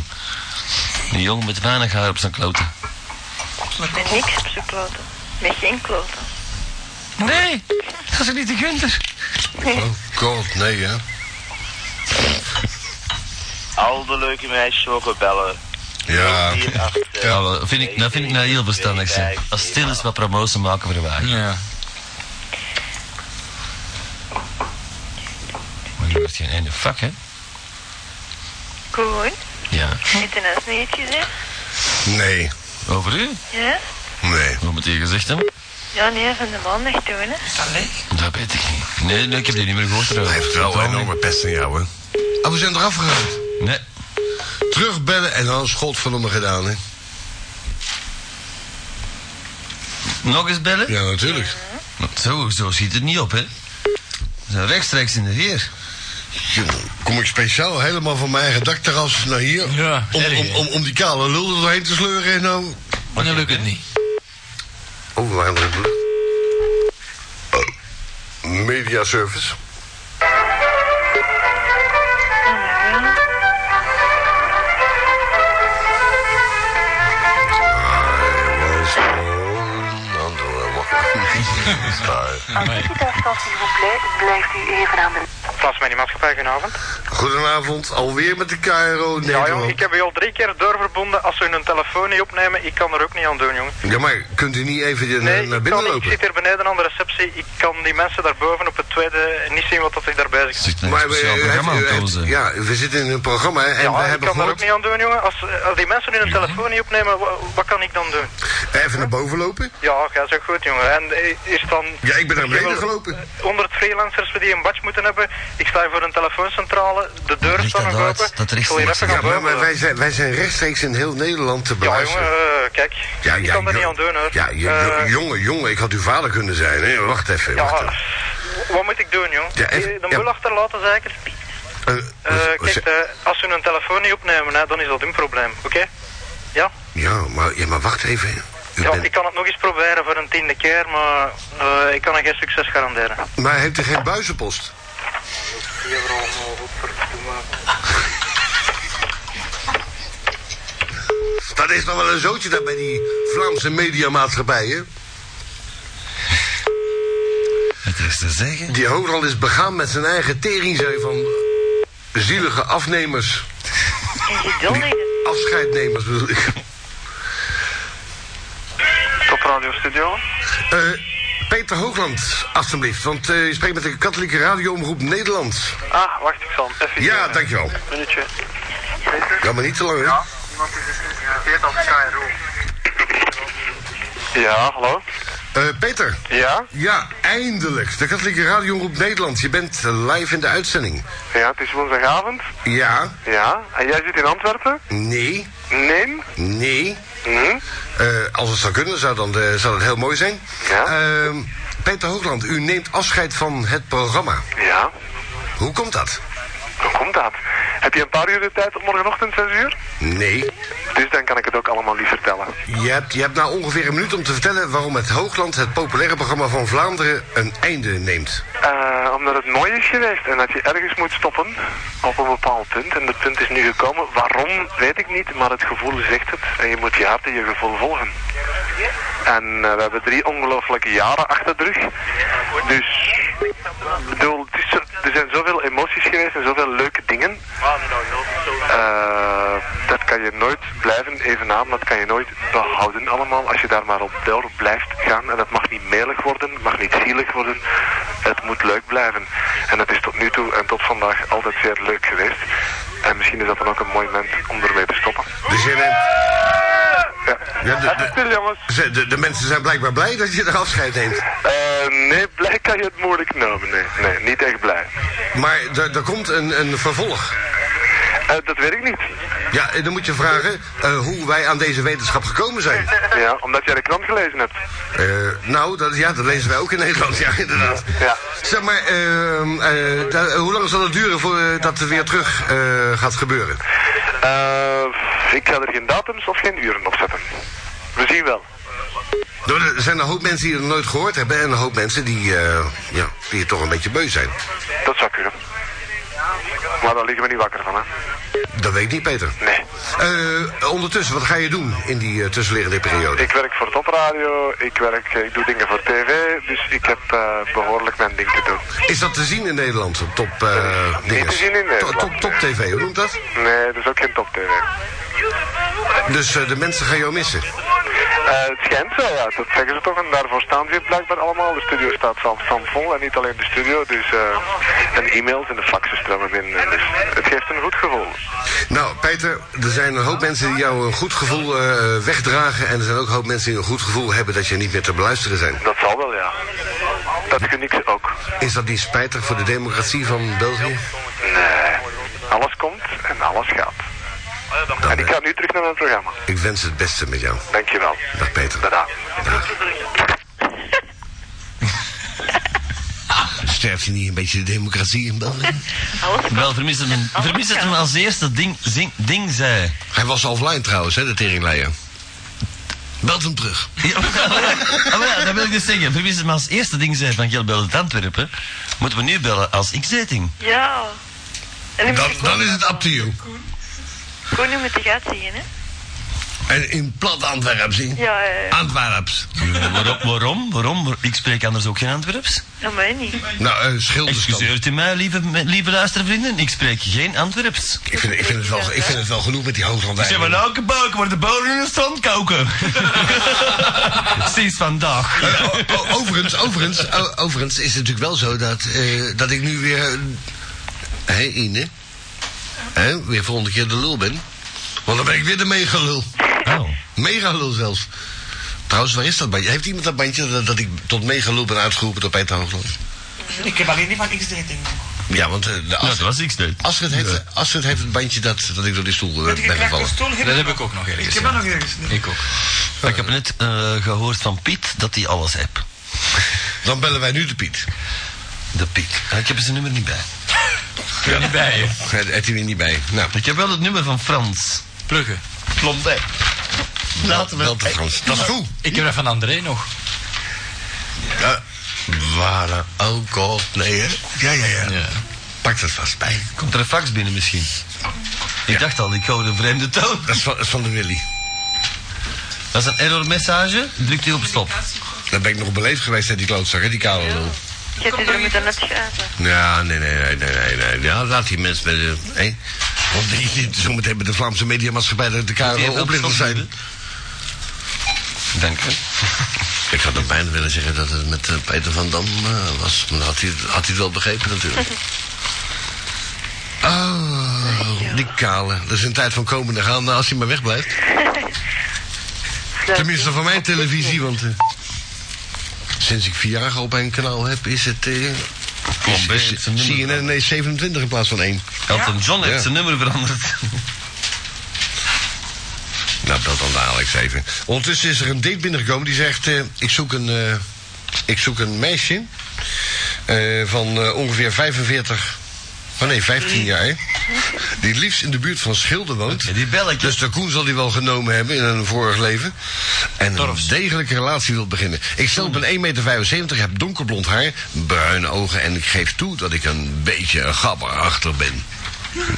Die jongen met weinig haar op zijn kloten.
Met niks op zoek kloten. Met geen kloten.
Nee, dat is niet de Gunther.
Oh god, nee hè.
Al de leuke meisjes mogen bellen. eh.
Ja.
4, 8,
Ja, wel, vind ik, dat vind ik nou heel verstandig. Zijn. Als stil is, wat promotie maken voor de wagen.
Ja.
Maar je wordt geen ene vak, hè?
Gewoon.
Ja.
Heeft hij net niet iets gezegd?
Nee,
Over u?
Ja?
nee.
Wat moet je gezegd hebben?
Ja, nee, van de maandag toen, hè.
Dat weet ik niet. Nee, nee, ik heb die niet meer gehoord.
Hij heeft wel een enorme pest aan jou hè. Oh, we zijn eraf gegaan.
Nee.
Terugbellen en dan schot van hem gedaan hè.
Nog eens bellen? Nou,
Ja, natuurlijk.
Zo, zo schiet het niet op, hè? We zijn rechtstreeks in de heer.
Jongen, Kom ik speciaal helemaal van mijn eigen dakterras naar hier.
Ja,
om,
erg,
om,
hè?
om, om die kale lul er doorheen te sleuren en nou...
Maar dan lukt het niet.
Oké, belangrijk bloed. Oh, Media service.
s'il vous plaît, blijft u even aan de...
Volgens mij die maatschappij, goedenavond.
Goedenavond, alweer met de KRO
Ja,
Nederland.
jong, ik heb u al drie keer doorverbonden. Als ze hun telefoon niet opnemen, ik kan er ook niet aan doen, jongen.
Ja, maar kunt u niet even je-
Nee,
eh, naar
ik,
binnen
kan, ik
lopen?
zit hier beneden aan de receptie. Ik kan die mensen daarboven op het tweede niet zien wat dat zich daar bezig is.
Maar we, u heeft- u heeft- ja, we zitten in een programma en
ja,
we hebben
ik kan daar
gehoord...
ook niet aan doen, jongen. Als, eh, als die mensen hun telefoon niet opnemen, wa- wat kan ik dan doen?
Even naar boven lopen?
Ja, ga zo goed, jongen. En eh, is dan...
Ja, ik ben naar beneden
Jawel,
gelopen.
eh, 100 freelancers die een badge moeten hebben. Ik sta hier voor een telefooncentrale. De deuren staan nog open. Ik wil hier even gaan
Ja, maar, maar
wandelen.
wij, zijn, wij zijn rechtstreeks in heel Nederland te
eh. Ja,
beluisteren.
jongen, eh, kijk.
Ja,
ik
ja,
kan er niet
jo-
aan doen, hoor. Eh,
Ja, je- jo- jongen, jongen, ik had uw vader kunnen zijn. Hè? Wacht even,
Ja, eh,
wacht even.
Wat moet ik doen, jongen?
Ja, even-
Eh, de
ja.
boel achterlaten, zeker?
Eh,
Eh, kijk, eh, als ze hun telefoon niet opnemen, hè, dan is dat hun probleem, oké? Ja?
ja, maar, ja, maar wacht even. U
ja
bent-
Ik kan het nog eens proberen voor een tiende keer, maar eh, ik kan er geen succes garanderen.
Maar heeft u geen buizenpost? Dat is nog wel een zootje daar bij die Vlaamse mediamaatschappijen.
Het is te zeggen.
Die Horal is begaan met zijn eigen teringzee van zielige afnemers. Afscheidnemers bedoel ik.
Top Radio Studio.
Eh, Peter Hoogland, alstublieft, want eh, je spreekt met de katholieke radioomroep Nederland.
Ah, wacht, ik zal hem even...
Ja, dankjewel.
Minuutje.
Ja, maar niet te lang, hè?
Iemand is dus geïnteresseerd op KRO. Ja, hallo?
Eh, Peter?
Ja?
Ja, eindelijk. De katholieke radioomroep Nederland. Je bent eh, live in de uitzending.
Ja, het is woensdagavond.
Ja?
Ja. En jij zit in Antwerpen?
Nee?
Nee.
Nee?
Hm?
Eh, als het zou kunnen, zou, dan, eh, zou dat heel mooi zijn.
Ja.
Ehm, Peter Hoogland, u neemt afscheid van het programma.
Ja.
Hoe komt dat?
Hoe komt dat? Heb je een paar uur de tijd op morgenochtend, 6 uur?
Nee.
Dus dan kan ik het ook allemaal niet vertellen.
Je hebt, je hebt nou ongeveer een minuut om te vertellen waarom het Hoogland, het populaire programma van Vlaanderen, een einde neemt.
Eh, omdat het mooi is geweest en dat je ergens moet stoppen op een bepaald punt. En dat punt is nu gekomen. Waarom, weet ik niet, maar het gevoel zegt het. En je moet je hart en je gevoel volgen. En eh, we hebben drie ongelooflijke jaren achter de rug. Dus, ik bedoel, het is zo- er zijn zoveel emoties geweest en zoveel leuke dingen. Eh, dat kan je nooit blijven evenaan, dat kan je nooit behouden allemaal. Als je daar maar op door blijft gaan. En dat mag niet melig worden, het mag niet zielig worden. Het moet leuk blijven. En dat is tot nu toe en tot vandaag altijd zeer leuk geweest. En misschien is dat dan ook een mooi moment om ermee te stoppen.
Dus je neemt... Ja, de, de, ze- de, de mensen zijn blijkbaar blij dat je er afscheid neemt.
Eh, nee, blij kan je het moeilijk noemen. Nee, nee niet echt blij.
Maar er er komt een, een vervolg.
Eh, dat weet ik niet.
Ja, eh, dan moet je vragen eh, hoe wij aan deze wetenschap gekomen zijn.
Ja, omdat jij de krant gelezen hebt.
Eh, nou, dat, ja, dat lezen wij ook in Nederland, ja, inderdaad.
Ja.
Zeg maar, ehm, eh, da- eh, hoe lang zal het duren voordat dat er weer terug eh, gaat gebeuren?
Eh, ik ga er geen datums of geen uren op zetten. We zien wel.
Nou, Er zijn een hoop mensen die het nooit gehoord hebben en een hoop mensen die, eh, ja, die het toch een beetje beu zijn.
Dat zou kunnen. Maar daar liggen we niet wakker van, hè?
Dat weet ik niet, Peter.
Nee.
Eh, ondertussen, wat ga je doen in die eh, tussenliggende periode?
Ik werk voor topradio, ik, werk, eh, ik doe dingen voor tv, dus ik heb eh, behoorlijk mijn ding te doen.
Is dat te zien in Nederland? Op top, eh
Niet te
dinges?
zien in
To-
Nederland.
top, top TV, hoe noemt dat?
Nee, dat is ook geen top tv.
Dus eh, de mensen gaan jou missen.
Eh, het schijnt zo, ja, dat zeggen ze toch. En daarvoor staan ze hier blijkbaar allemaal. De studio staat zand, zand vol en niet alleen de studio. Dus, eh, en e-mails en de faxen stromen in. En dus het geeft een goed gevoel.
Nou, Peter, er zijn een hoop mensen die jou een goed gevoel eh, wegdragen. En er zijn ook een hoop mensen die een goed gevoel hebben dat je niet meer te beluisteren zijn.
Dat zal wel, ja. Dat kun ik ook.
Is dat niet spijtig voor de democratie van België?
Nee, alles komt en alles gaat. En ik ga nu terug naar mijn programma.
Ik wens het beste met jou.
Dankjewel.
Dag Peter.
Tada.
Sterft je niet een beetje de democratie in België?
Wel, vermis het, hem- vermis het hem als eerste ding, zing, ding zei.
Hij was offline trouwens, hè, de teringleier. Belt hem terug.
Ja, maar, maar ja, dat wil ik dus zeggen. Verwis het maar als eerste ding zei van Geel belt uit Antwerpen. Moeten we nu bellen als X-dating.
Ja. En nu
Dan,
moet ik
dan is het up to you.
gewoon nu met de gat zien, hè?
En in plat Antwerps, hè?
Ja, eh, ja,
Ah.
ja.
Antwerps.
waarom, waarom? Waarom? Ik spreek anders ook geen Antwerps.
Dat weet niet.
Nou, eh schilderskant.
Excuseert u mij, lieve, me- lieve luistervrienden. Ik spreek geen Antwerps.
Ik vind, ik, vind het wel, ik vind het wel genoeg met die Hooglandij.
Zeg maar nou geboken, maar de bodem in de strand koken. Sinds vandaag.
Eh, o- o- overigens, overigens, o- overigens is het natuurlijk wel zo dat, eh, dat ik nu weer... Hé, Ine? Hè, weer volgende keer de lul ben. Want dan ben ik weer de megalul.
Oh.
Megalul zelfs. Trouwens, waar is dat bandje? Heeft iemand dat bandje dat, dat ik tot megalul ben uitgeroepen door Peter Hoogland?
Ik heb alleen die van X-dating.
Ja, want eh, de
Nou, dat
Astrid,
was X-date.
Astrid heeft, Astrid heeft het bandje dat, dat ik door die stoel
Met
eh,
die
ben
gekraakte
gevallen.
stoel heb
Dat heb ik ook nog ergens.
Ik heb
ja.
dat nog ergens.
Ik ook.
Ik heb net eh, gehoord van Piet dat hij alles heeft.
Dan bellen wij nu de Piet.
De Piet. Eh, Ik heb zijn nummer niet bij.
Ik ben er niet bij je.
Hij heeft hij weer niet bij. Nou,
Ik heb wel het nummer van Frans.
Pluggen.
Plombé. Laten we...
wel te Frans. Dat is goed.
Ik heb dat van André nog.
Ja. Waar ook op. Nee, hè? Ja, ja, ja. Pak dat vast bij.
Komt er een fax binnen misschien? Ik dacht al, ik hoor een vreemde toon.
Dat is van, dat is van de Willy.
Dat is een error message. Drukt u op stop.
Daar ben ik nog beleefd geweest, hè, die klootzak, hè, die kale lul.
Je hebt er moeten uitgraven.
Ja, nee, nee, nee, nee, nee. nee. Ja, laat die mensen bij de... Hé? Want die, die, zometeen bij de Vlaamse mediamaatschappij de, de
Moet je
KRO
even op
oplichters
stop
zijn.
Dank u.
Ik had ook bijna willen zeggen dat het met eh, Peter van Dam eh, was. Maar dan had hij, het- had hij het wel begrepen natuurlijk. Oh, die kale. Dat is een tijd van komende gaande als hij maar wegblijft. Tenminste van mijn televisie, want eh, sinds ik vier jaar op een kanaal heb, is het... eh, is-
ben je
is-
het zijn nummer
CNN nee, 27 in plaats van 1.
Elton John heeft
Ja.
zijn nummer veranderd.
Nou, dat dan dadelijk even. Ondertussen is er een date binnengekomen die zegt... eh, ik, zoek een, eh, ik zoek een meisje eh, van eh, ongeveer 45... Oh nee, 15 jaar. hè, Die liefst in de buurt van Schilder woont.
die bel ik.
Dus de Koen zal die wel genomen hebben in een vorig leven. En een degelijke relatie wil beginnen. Ik stel op een 1,75 meter, heb donkerblond haar, bruine ogen... en ik geef toe dat ik een beetje een gabberachtig ben.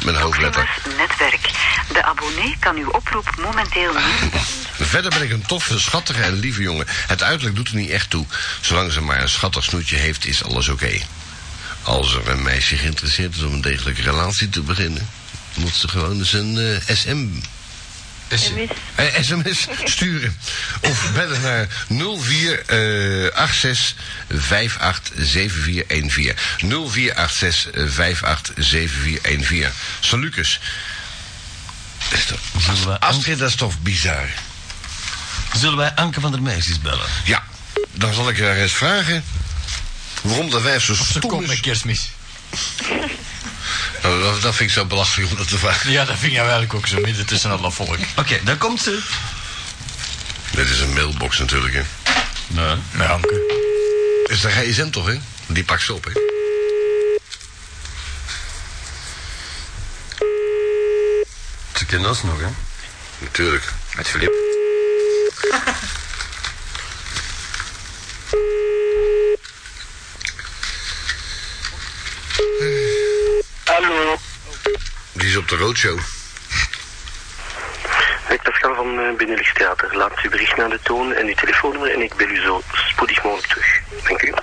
Mijn hoofdletter.
Opnames netwerk. De abonnee kan uw oproep momenteel niet...
Verder ben ik een toffe, schattige en lieve jongen. Het uiterlijk doet er niet echt toe. Zolang ze maar een schattig snoetje heeft, is alles oké. Als er een meisje geïnteresseerd is om een degelijke relatie te beginnen... moet ze gewoon eens een eh, SM...
Is-
En mis.
eh, SMS sturen. Of bellen naar eh, 0486 587414. 0486 587414. Salucus. Is dat-
Zullen we-
Astrid, dat is toch bizar?
Zullen wij Anke van der Meers eens bellen?
Ja, dan zal ik haar eens vragen waarom dat wijf zo
Ze
stom
komt met
is.
kerstmis.
Nou, dat, dat vind ik zo belachelijk om dat te vragen.
Ja, dat vind jij eigenlijk ook zo midden tussen het lafolk.
Oké, daar komt ze.
Dit is een mailbox natuurlijk, hè.
Nee.
Ja, Anke.
Is dat gsm toch, hè? Die pakt ze op, hè.
Ze kennen ons nog, hè?
Natuurlijk.
Met Filip.
Hallo.
Die is op de roadshow.
Ik Pascal van eh, Benelux Theater. Laat uw bericht naar de toon en uw telefoonnummer en ik bel u zo spoedig mogelijk terug. Dank u.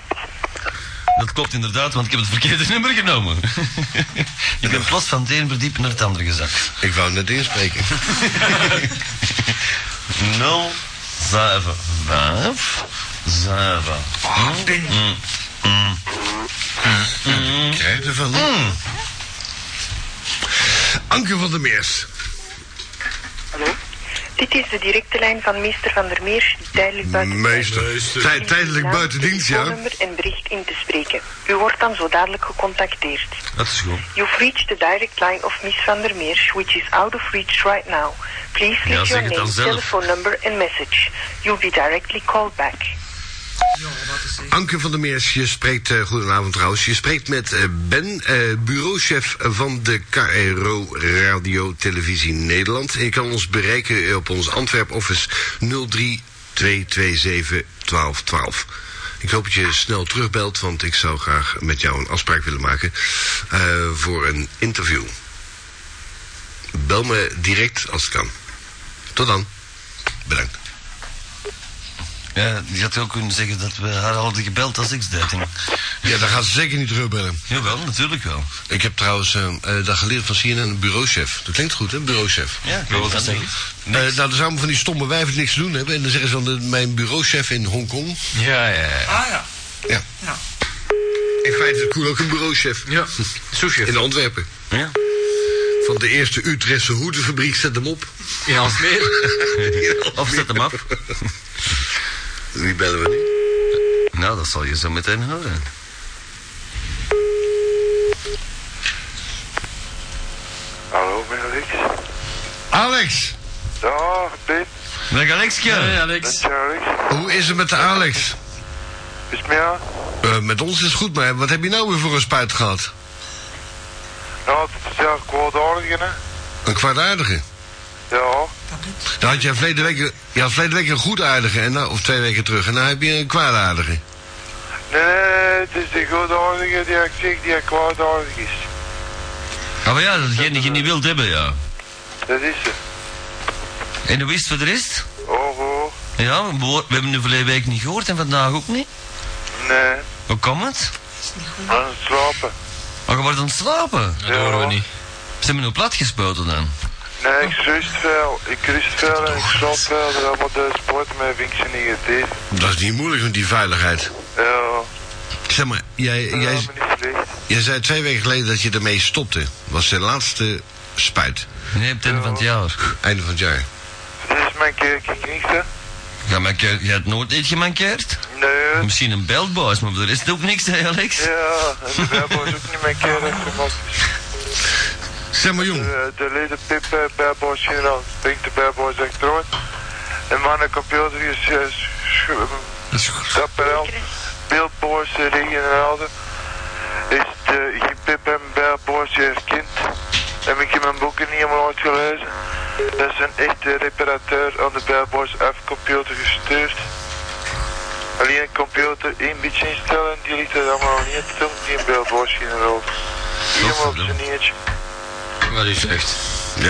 Dat klopt inderdaad, want ik heb het verkeerde nummer genomen. ik ben plots van het een verdiep naar het andere gezakt.
Ik wou net inspreken.
0, 7, 5, 7.
Oh, ding.
mm,
Ik krijg er van.
Mm.
Anke van der Meers.
Dit is de directe lijn van meester Van der Meer, die tijdelijk buiten...
Meester. Tij- tijdelijk buiten dienst, ja.
...nummer en bericht in te spreken. U wordt dan zo dadelijk gecontacteerd.
Dat is goed.
You've reached the direct line of Miss Van der Meer, which is out of reach right now. Please
Ja,
leave
zeg
your
het dan
name,
zelf.
telephone number and message. You'll be directly called back.
Anke van der Meers, je spreekt, eh, goedenavond trouwens, je spreekt met eh, Ben, eh, bureauchef van de KRO eh, Radio Televisie Nederland. En je kan ons bereiken op ons Antwerp office 03 227 1212. Ik hoop dat je snel terugbelt, want ik zou graag met jou een afspraak willen maken eh, voor een interview. Bel me direct als het kan. Tot dan. Bedankt.
Ja, die had ook kunnen zeggen dat we haar hadden gebeld als X-dating.
Ja, daar gaat ze zeker niet terugbellen.
Jawel, natuurlijk wel.
Ik heb trouwens eh eh, dat geleerd van CNN, een bureauchef. Dat klinkt goed, hè, bureauchef.
Ja, ik wil dat zeggen.
Eh, nou, dat zijn allemaal van die stomme wijven die niks te doen hebben. En dan zeggen ze dan eh, mijn bureauchef in Hongkong.
Ja, ja, ja.
Ah ja.
Ja.
Ja.
In feite is Koen ook een bureauchef.
Ja, souschef.
In Antwerpen.
Ja.
Van de eerste Utrechtse hoedenfabriek zet hem op.
In Alsmeer.
Of zet hem af.
Wie bellen we nu?
Nou, dat zal je zo meteen horen.
Hallo, ben Alex.
Alex!
Dag, Piet.
Dag Alexje.
Hey,
Ben
Alex.
je Alex?
Hoe is het met de Alex?
Is het meer?
Eh, met ons is het goed, maar wat heb je nou weer voor een spuit gehad?
Nou, het is ja, kwaadaardig, hè?
Een kwaadaardige.
Ja.
Dan had je verleden week, je had verleden week een goedaardige, en nou, of twee weken terug. En nu heb je een kwaadaardige.
Nee, nee, het is de goedaardige die ik zeg die kwaadaardig is.
Ah, maar ja, dat is hetgeen die je niet wilt hebben, ja.
Dat is ze.
En hoe is het voor de rest?
Oh, oh.
Ja, we, behoor- we hebben de verleden week niet gehoord en vandaag ook niet.
Nee.
Hoe kan het?
Aan het slapen.
Maar je wordt aan het slapen.
Dat horen we niet.
Ze hebben nou plat gespoten dan.
Nee, ik rust veel. Ik rust veel en ik slaap veel. Ja, maar de sport mee vind ik ze niet gedeeld.
Dat is niet moeilijk met die veiligheid.
Ja.
Zeg maar, jij,
Ja,
jij,
maar niet slecht.
jij zei twee weken geleden dat je ermee stopte. Was de laatste spuit.
Nee, op het einde van het jaar.
Einde van het jaar.
Dit is mijn keer, ik niks, hè?
Ja, maar je je hebt nooit iets gemankeerd?
Nee.
Misschien een beltbaas, maar voor de rest ook niks, hè Alex?
Ja, en de Bijbel is ook niet mijn keer, hè?
Zeg maar, jong.
Dus, eh, De, de leden Pip bij Bad Boys General brengt de Bad Boys Electron. En mijn computer is eh, sch- sch- Dapperel, Billboards, eh, Ring en Helden. Is de je Pip en Bad Boys eh, kind. Heb ik in mijn boeken niet helemaal uitgelezen. Dat is een echte reparateur aan de Bad Boys F computer gestuurd. Alleen een computer één beetje instellen, die ligt er allemaal niet. Toen die in Bad Boys General. Helemaal op zijn eentje.
Dat is echt.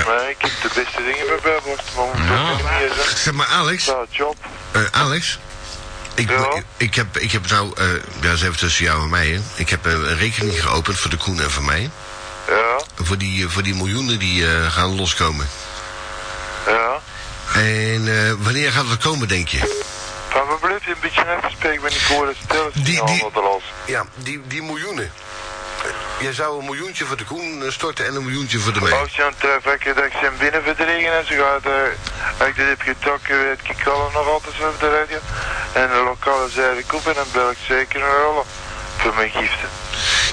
Maar ik heb de beste dingen bij Bijbelst, maar moet
Ja.
ook niet meer zeggen.
Zeg maar, Alex.
Nou, Eh, job.
Eh, Alex? Ik,
Ja?
ik, heb, ik heb nou, eh, ja, dat is even tussen jou en mij, hè. Ik heb eh, een rekening geopend voor de Koen en voor mij.
Ja,
Voor die, eh, voor die miljoenen die eh, gaan loskomen.
ja.
En eh, wanneer gaat dat komen, denk je?
Maar we blijven een beetje afgespreken, ben ik hoor het stil is.
Die-
Die,
die-
die... Los.
Ja, die, die miljoenen. Jij zou een miljoentje voor de Koen eh, storten en een miljoentje voor de mij.
Als je aan het tref, ik dat ik zijn binnen verdregen en ze gaat, eh, als ik dit heb getrokken, weet ik al nog altijd zo op de radio. En de lokale zijde koep en dan bel ik zeker een rollen voor mijn giften.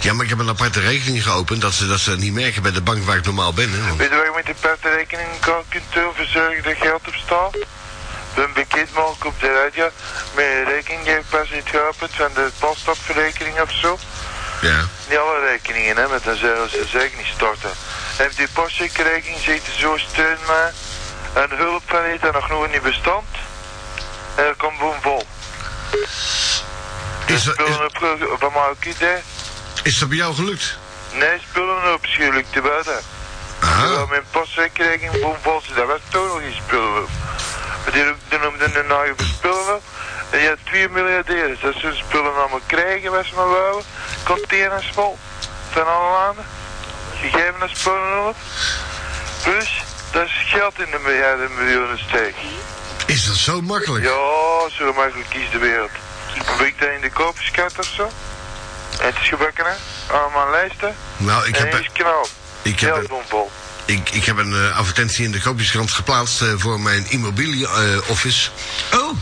Ja, maar ik heb een aparte rekening geopend dat ze dat ze dat niet merken bij de bank waar ik normaal ben. Hè, want-
Weet je waar je met die petrekening kan kunt doen, verzorgen dat geld op staat? Een bekend maken op de radio, met een rekening die ik pas niet geopend van de postopverrekening of zo.
Ja.
Niet alle rekeningen, hè, met dan zullen ze zeker niet storten. Heb die postrekening zitten zo steun maar en hulp van iets dat nog nooit niet bestond. En dat Eh, komt boem vol.
Is, dat-
Spullen
is,
op, van mij ook idee.
is dat bij jou gelukt?
Nee, spullen op, schuil ik te buiten. Ja,
Aha.
mijn postrekening, boem, volgens dat was toen nog geen spullen. Maar die die noemden hun eigen spullen. En je had twee miljardairs, dat ze hun spullen allemaal krijgen, was maar wel. Containers vol, van alle landen. Gegeven aan spullen op. Plus, dat is geld in de miljarden miljoenen steek.
Is dat zo makkelijk?
Ja, zo makkelijk is de wereld. Een week dat in de koperskant of zo. En het is gebakken, hè? Allemaal lijsten.
Nou, ik
en
heb,
het is knal.
ik heb,
Geld bomvol.
Ik, ik heb een eh, advertentie in de koopjeskrant geplaatst eh, voor mijn immobilie eh, office
Oh,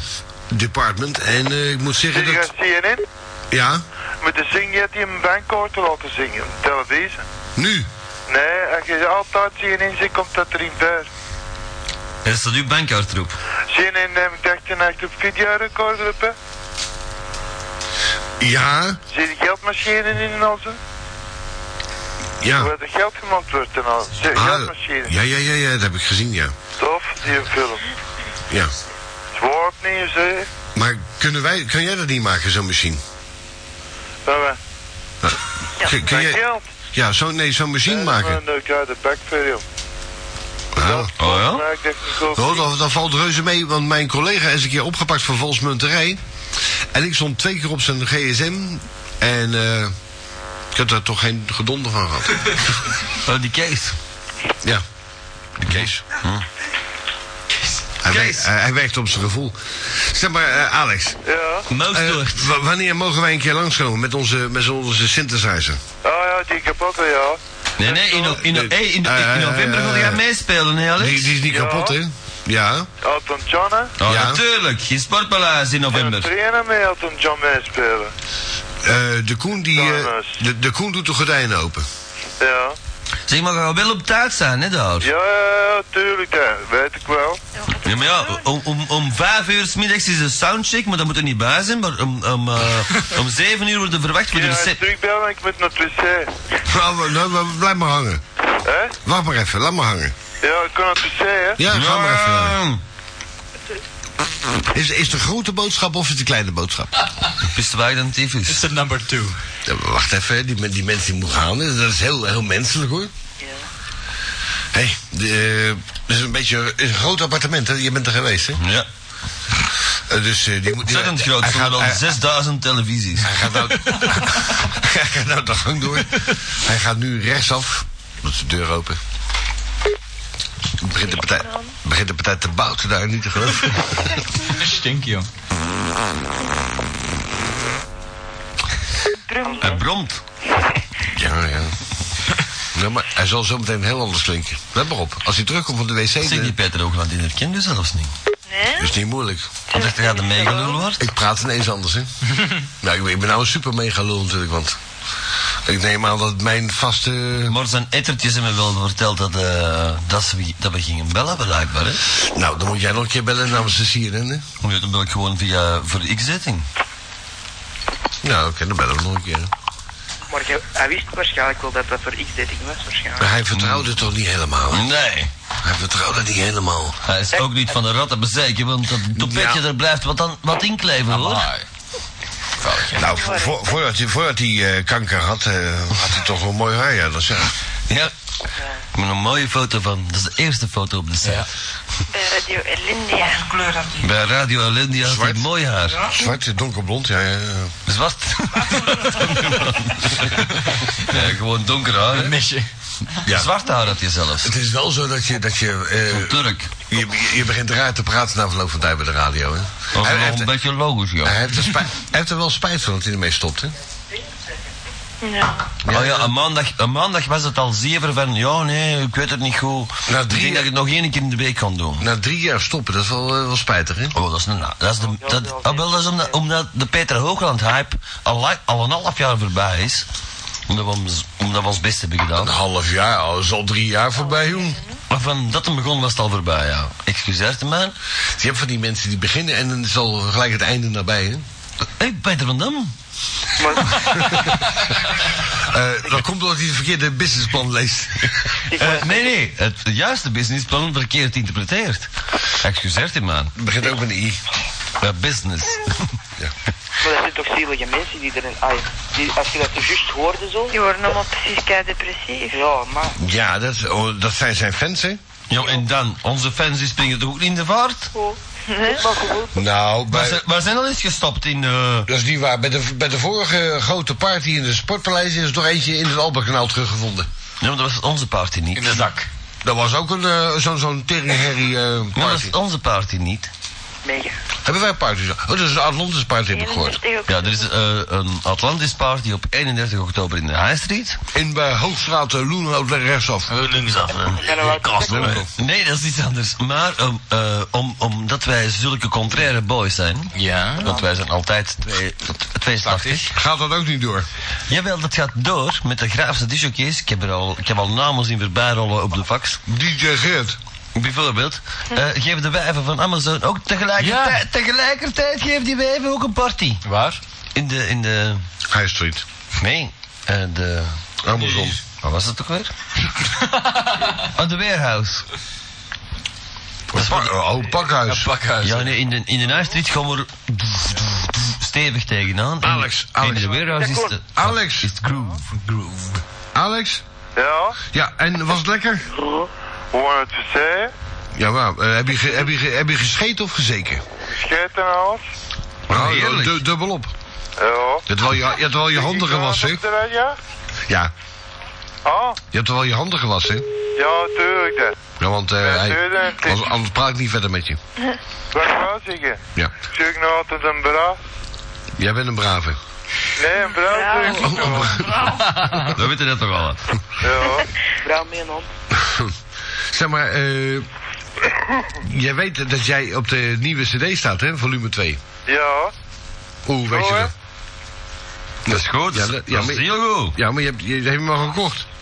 department. En eh, ik moet zeggen
Zie je
dat...
gaat CNN?
Ja,
Met de zingen, je hebt die een bankkaart laten zingen. op Televisie.
nu.
Nee, als je altijd CNN ziet, komt dat erin ver.
is dat uw bankkaartroep?
CNN neemt echt een echt op videorecorder op, hè.
Ja,
Zie je geldmachine in onze?
ja.
Waar de geld gemaakt wordt en al. Zie je
Ah,
geldmachine.
ja, ja, ja, ja, dat heb ik gezien, ja.
Tof, die film.
Ja,
Het wordt nee, ze.
Maar kunnen wij, kan jij dat niet maken, zo'n machine?
Dat we.
Ja, kun, kun
Mijn
jij,
geld.
ja zo, nee, zo'n machine maken.
En ik uit de back video.
Ja. Oh ja?
Maar ik denk, ik koop
Oh, dat, dat valt reuze mee, want mijn collega is een keer opgepakt voor valsmunterij. En ik stond twee keer op zijn gsm. En eh, ik heb daar toch geen gedonder van gehad.
Oh, die Kees.
Ja, de Kees. Hij, werkt, hij, hij werkt op zijn gevoel. Zeg maar, eh, Alex.
Ja?
Eh, wa- wanneer mogen wij een keer langskomen met onze, met onze synthesizer?
Ah ja, die kapot, ja.
Nee, nee, in, no- in, no- hey, in, in, in november wil jij meespelen, hè Alex?
Die, die is niet kapot, hè? Ja.
Elton John, hè?
Oh, natuurlijk. In Sportpaleis in november.
Trainen met Elton John meespelen.
Eh, de, Koen die, eh, de, de Koen doet de gordijnen open.
Ja.
Zeg maar, we gaan wel op tijd zijn, hè, daar?
Ja, ja, ja, tuurlijk, dat weet ik wel.
Ja, maar ja, om, om, om vijf uur 's middags is de soundcheck, maar dat moet er niet bij zijn. Maar om, om, eh, om zeven uur wordt er verwacht.
Kun
Wordt
je
er
mij
set...
terugbellen? Ik moet naar het wc.
Nou, we- nou, we- blijf maar hangen.
Hè?
Wacht maar even, laat maar hangen.
Ja, ik kan naar het wc, hè?
Ja, ga maar even.
Mm.
hangen. Is, is de grote boodschap of is de kleine boodschap?
Pistewijk dan tyfus.
It's the number two.
Ja, maar wacht even, hè, die, men- die mensen die moeten gaan, hè, dat is heel, heel menselijk hoor. Hé, hey, de, eh, dit is een beetje een groot appartement, hè? je bent er geweest hè?
Ja.
Eh, dus eh, die moet... die-
Ontzettend groot.
hij
Er
gaat-
gaan al
hij-
6000 televisies.
Hij gaat nou, hij gaat nou de gang door. Hij gaat nu rechtsaf. Dat is de deur open. Begint de partij, begint de partij te bouten daar, niet te geloven.
Stink, joh.
Hij bromt.
Ja, ja. Ja, maar hij zal zo meteen heel anders klinken. Let maar op. Als hij terugkomt van de wc...
Zeg die Peter ook, want die herkent je zelfs niet.
Dat is niet moeilijk.
Wat dacht je dat hij meegelul wordt?
Ik praat ineens anders, hè. nou, ik ben, ik ben nou een super mega lul natuurlijk, want... Ik neem aan dat mijn vaste...
Maar zijn ettertjes hebben me wel verteld dat, eh, dat, ze, dat we gingen bellen, blijkbaar. Hè?
Nou, dan moet jij nog een keer bellen namens de CNN, hè.
Hoe je dan bel ik gewoon via voor de X-zetting.
Nou, oké, dan bellen we nog een keer.
Maar je- hij wist waarschijnlijk wel dat dat voor X-dating was, waarschijnlijk.
Maar hij vertrouwde het toch niet helemaal? hè?
Nee.
Hij vertrouwde het niet helemaal.
Hij is ook niet van de ratten bezeken, want dat topetje er blijft wat, aan, wat inkleven hoor.
Nou, vo- vo- voordat hij, voordat hij eh, kanker had, eh, had hij toch wel mooi haar, ja, dat is ja.
Ja. Ik heb een mooie foto van. Dat is de eerste foto op de site.
Bij Radio Elindia.
kleur had die?
Bij Radio Alendia had hij mooi haar. Dus
Zwart, donkerblond, ja, ja. ja.
Zwart. ja, gewoon donker haar. hè.
Mesje.
Ja.
Zwart haar had hij zelfs.
Het is wel zo dat je, dat je,
Van
eh,
Turk.
je, je begint raar te praten na verloop van tijd bij de radio, hè.
Dat is
Hij,
nog
hij
een
heeft,
beetje logisch, joh.
hij, heeft er spijt, hij heeft er wel spijt van dat hij ermee stopt, hè.
Ja.
Oh ja, een maandag, een maandag was het al zeven van, ja nee, ik weet het niet goed.
Na
ik
drie
denk dat ik het nog één keer in de week kan doen.
Na drie jaar stoppen, dat is wel, eh, wel spijtig, hè.
Oh, dat is, een, dat is, de, dat, ah, wel, dat is omdat, omdat de Peter Hoogland hype al, lang- al een half jaar voorbij is. Omdat we, ons- omdat we ons best hebben gedaan.
Een half jaar, al is al drie jaar voorbij, jong.
Maar van dat hem begon was het al voorbij, ja. Excuseert de man.
Je hebt van die mensen die beginnen en dan is al gelijk het einde nabij, hè.
Hé, Peter van Dam.
Eh, dat komt omdat hij het verkeerde businessplan leest.
Eh, nee, nee, het juiste businessplan verkeerd interpreteert. Excuseert de man.
Het begint ook met een i.
Eh, business.
Maar dat zijn toch zielige mensen die erin... Ai, die, als je dat zo juist hoorde zo...
Die worden allemaal precies kei depressief.
Ja, maar...
Ja, dat, is- oh, dat zijn zijn fans, hè?
Ja, en dan, onze fans die springen toch ook niet in de vaart?
Nee?
Nou,
Waar
bij,
zijn, waar zijn al eens gestopt in... eh,
dat is niet waar. Bij de, bij de vorige grote party in de Sportpaleis is er nog eentje in het Alberkanaal teruggevonden.
Ja, maar dat was onze party niet.
In de zak.
Dat was ook een, eh, zo'n zo'n teringherrie eh,
Ja, dat
party.
is onze party niet.
Mega.
Hebben wij een party? zo- Oh, dat is een Atlantis party, heb ik gehoord.
31
Ja, er
oktober.
is eh, een Atlantis party op 31 oktober in de High Street.
In bij Hoogstraat uh, Loenhout daar rechtsaf.
Linksaf. Eh, Nee, dat is iets anders. Maar ehm, eh, om, omdat wij zulke contraire boys zijn...
Ja.
Want wij zijn altijd twee, tweeslachtig.
Gaat dat ook niet door?
Jawel, dat gaat door met de graafste disjockeys. Ik heb er al, ik heb al namen zien voorbij rollen op de fax.
DJ Geert.
Bijvoorbeeld, eh, geven de wijven van Amazon ook tegelijkertijd, tegelijkertijd geven die wijven ook een party.
Waar?
In de, in de,
High Street.
nee, eh, de,
Amazon.
Oh, wat was het ook weer? Aan de warehouse. Dat pak,
oh, pakhuis.
pakhuis.
Ja, nee, in de, in de Nijftriet gaan we er stevig tegenaan. En
Alex,
In
Alex.
de Weerhuis is de...
Alex.
Is het groove, groove.
Alex?
Ja?
Ja, en was het lekker?
Hoor te zeggen,
Ja, maar eh, heb, je ge- heb, je ge- heb je gescheten of gezeken?
schijt en alles.
Oh, du- dubbel op.
Ja.
Je hebt wel je, je, hebt wel je handen gewassen, hè?
Ja?
Ja.
Ah,
Je hebt wel je handen gewassen, hè?
ja, tuurlijk dat.
Ja, want eh, hij,
tuurlijk.
anders, anders praat ik niet verder met je.
Wat wou zeggen?
Ja.
Zoek nou altijd een bra.
Jij bent een brave.
Nee, een bra zoek ik nou.
We weten dat toch al wat.
Ja.
Brouw meer dan.
Zeg maar, eh, jij weet dat jij op de nieuwe cd staat, hè? Volume 2.
Ja.
Hoe weet je
hè?
dat?
Dat is goed.
Ja,
Ja,
dat-
dat,
ja, maar-
is heel goed.
Ja, maar je hebt, je, dat heb je maar gekocht.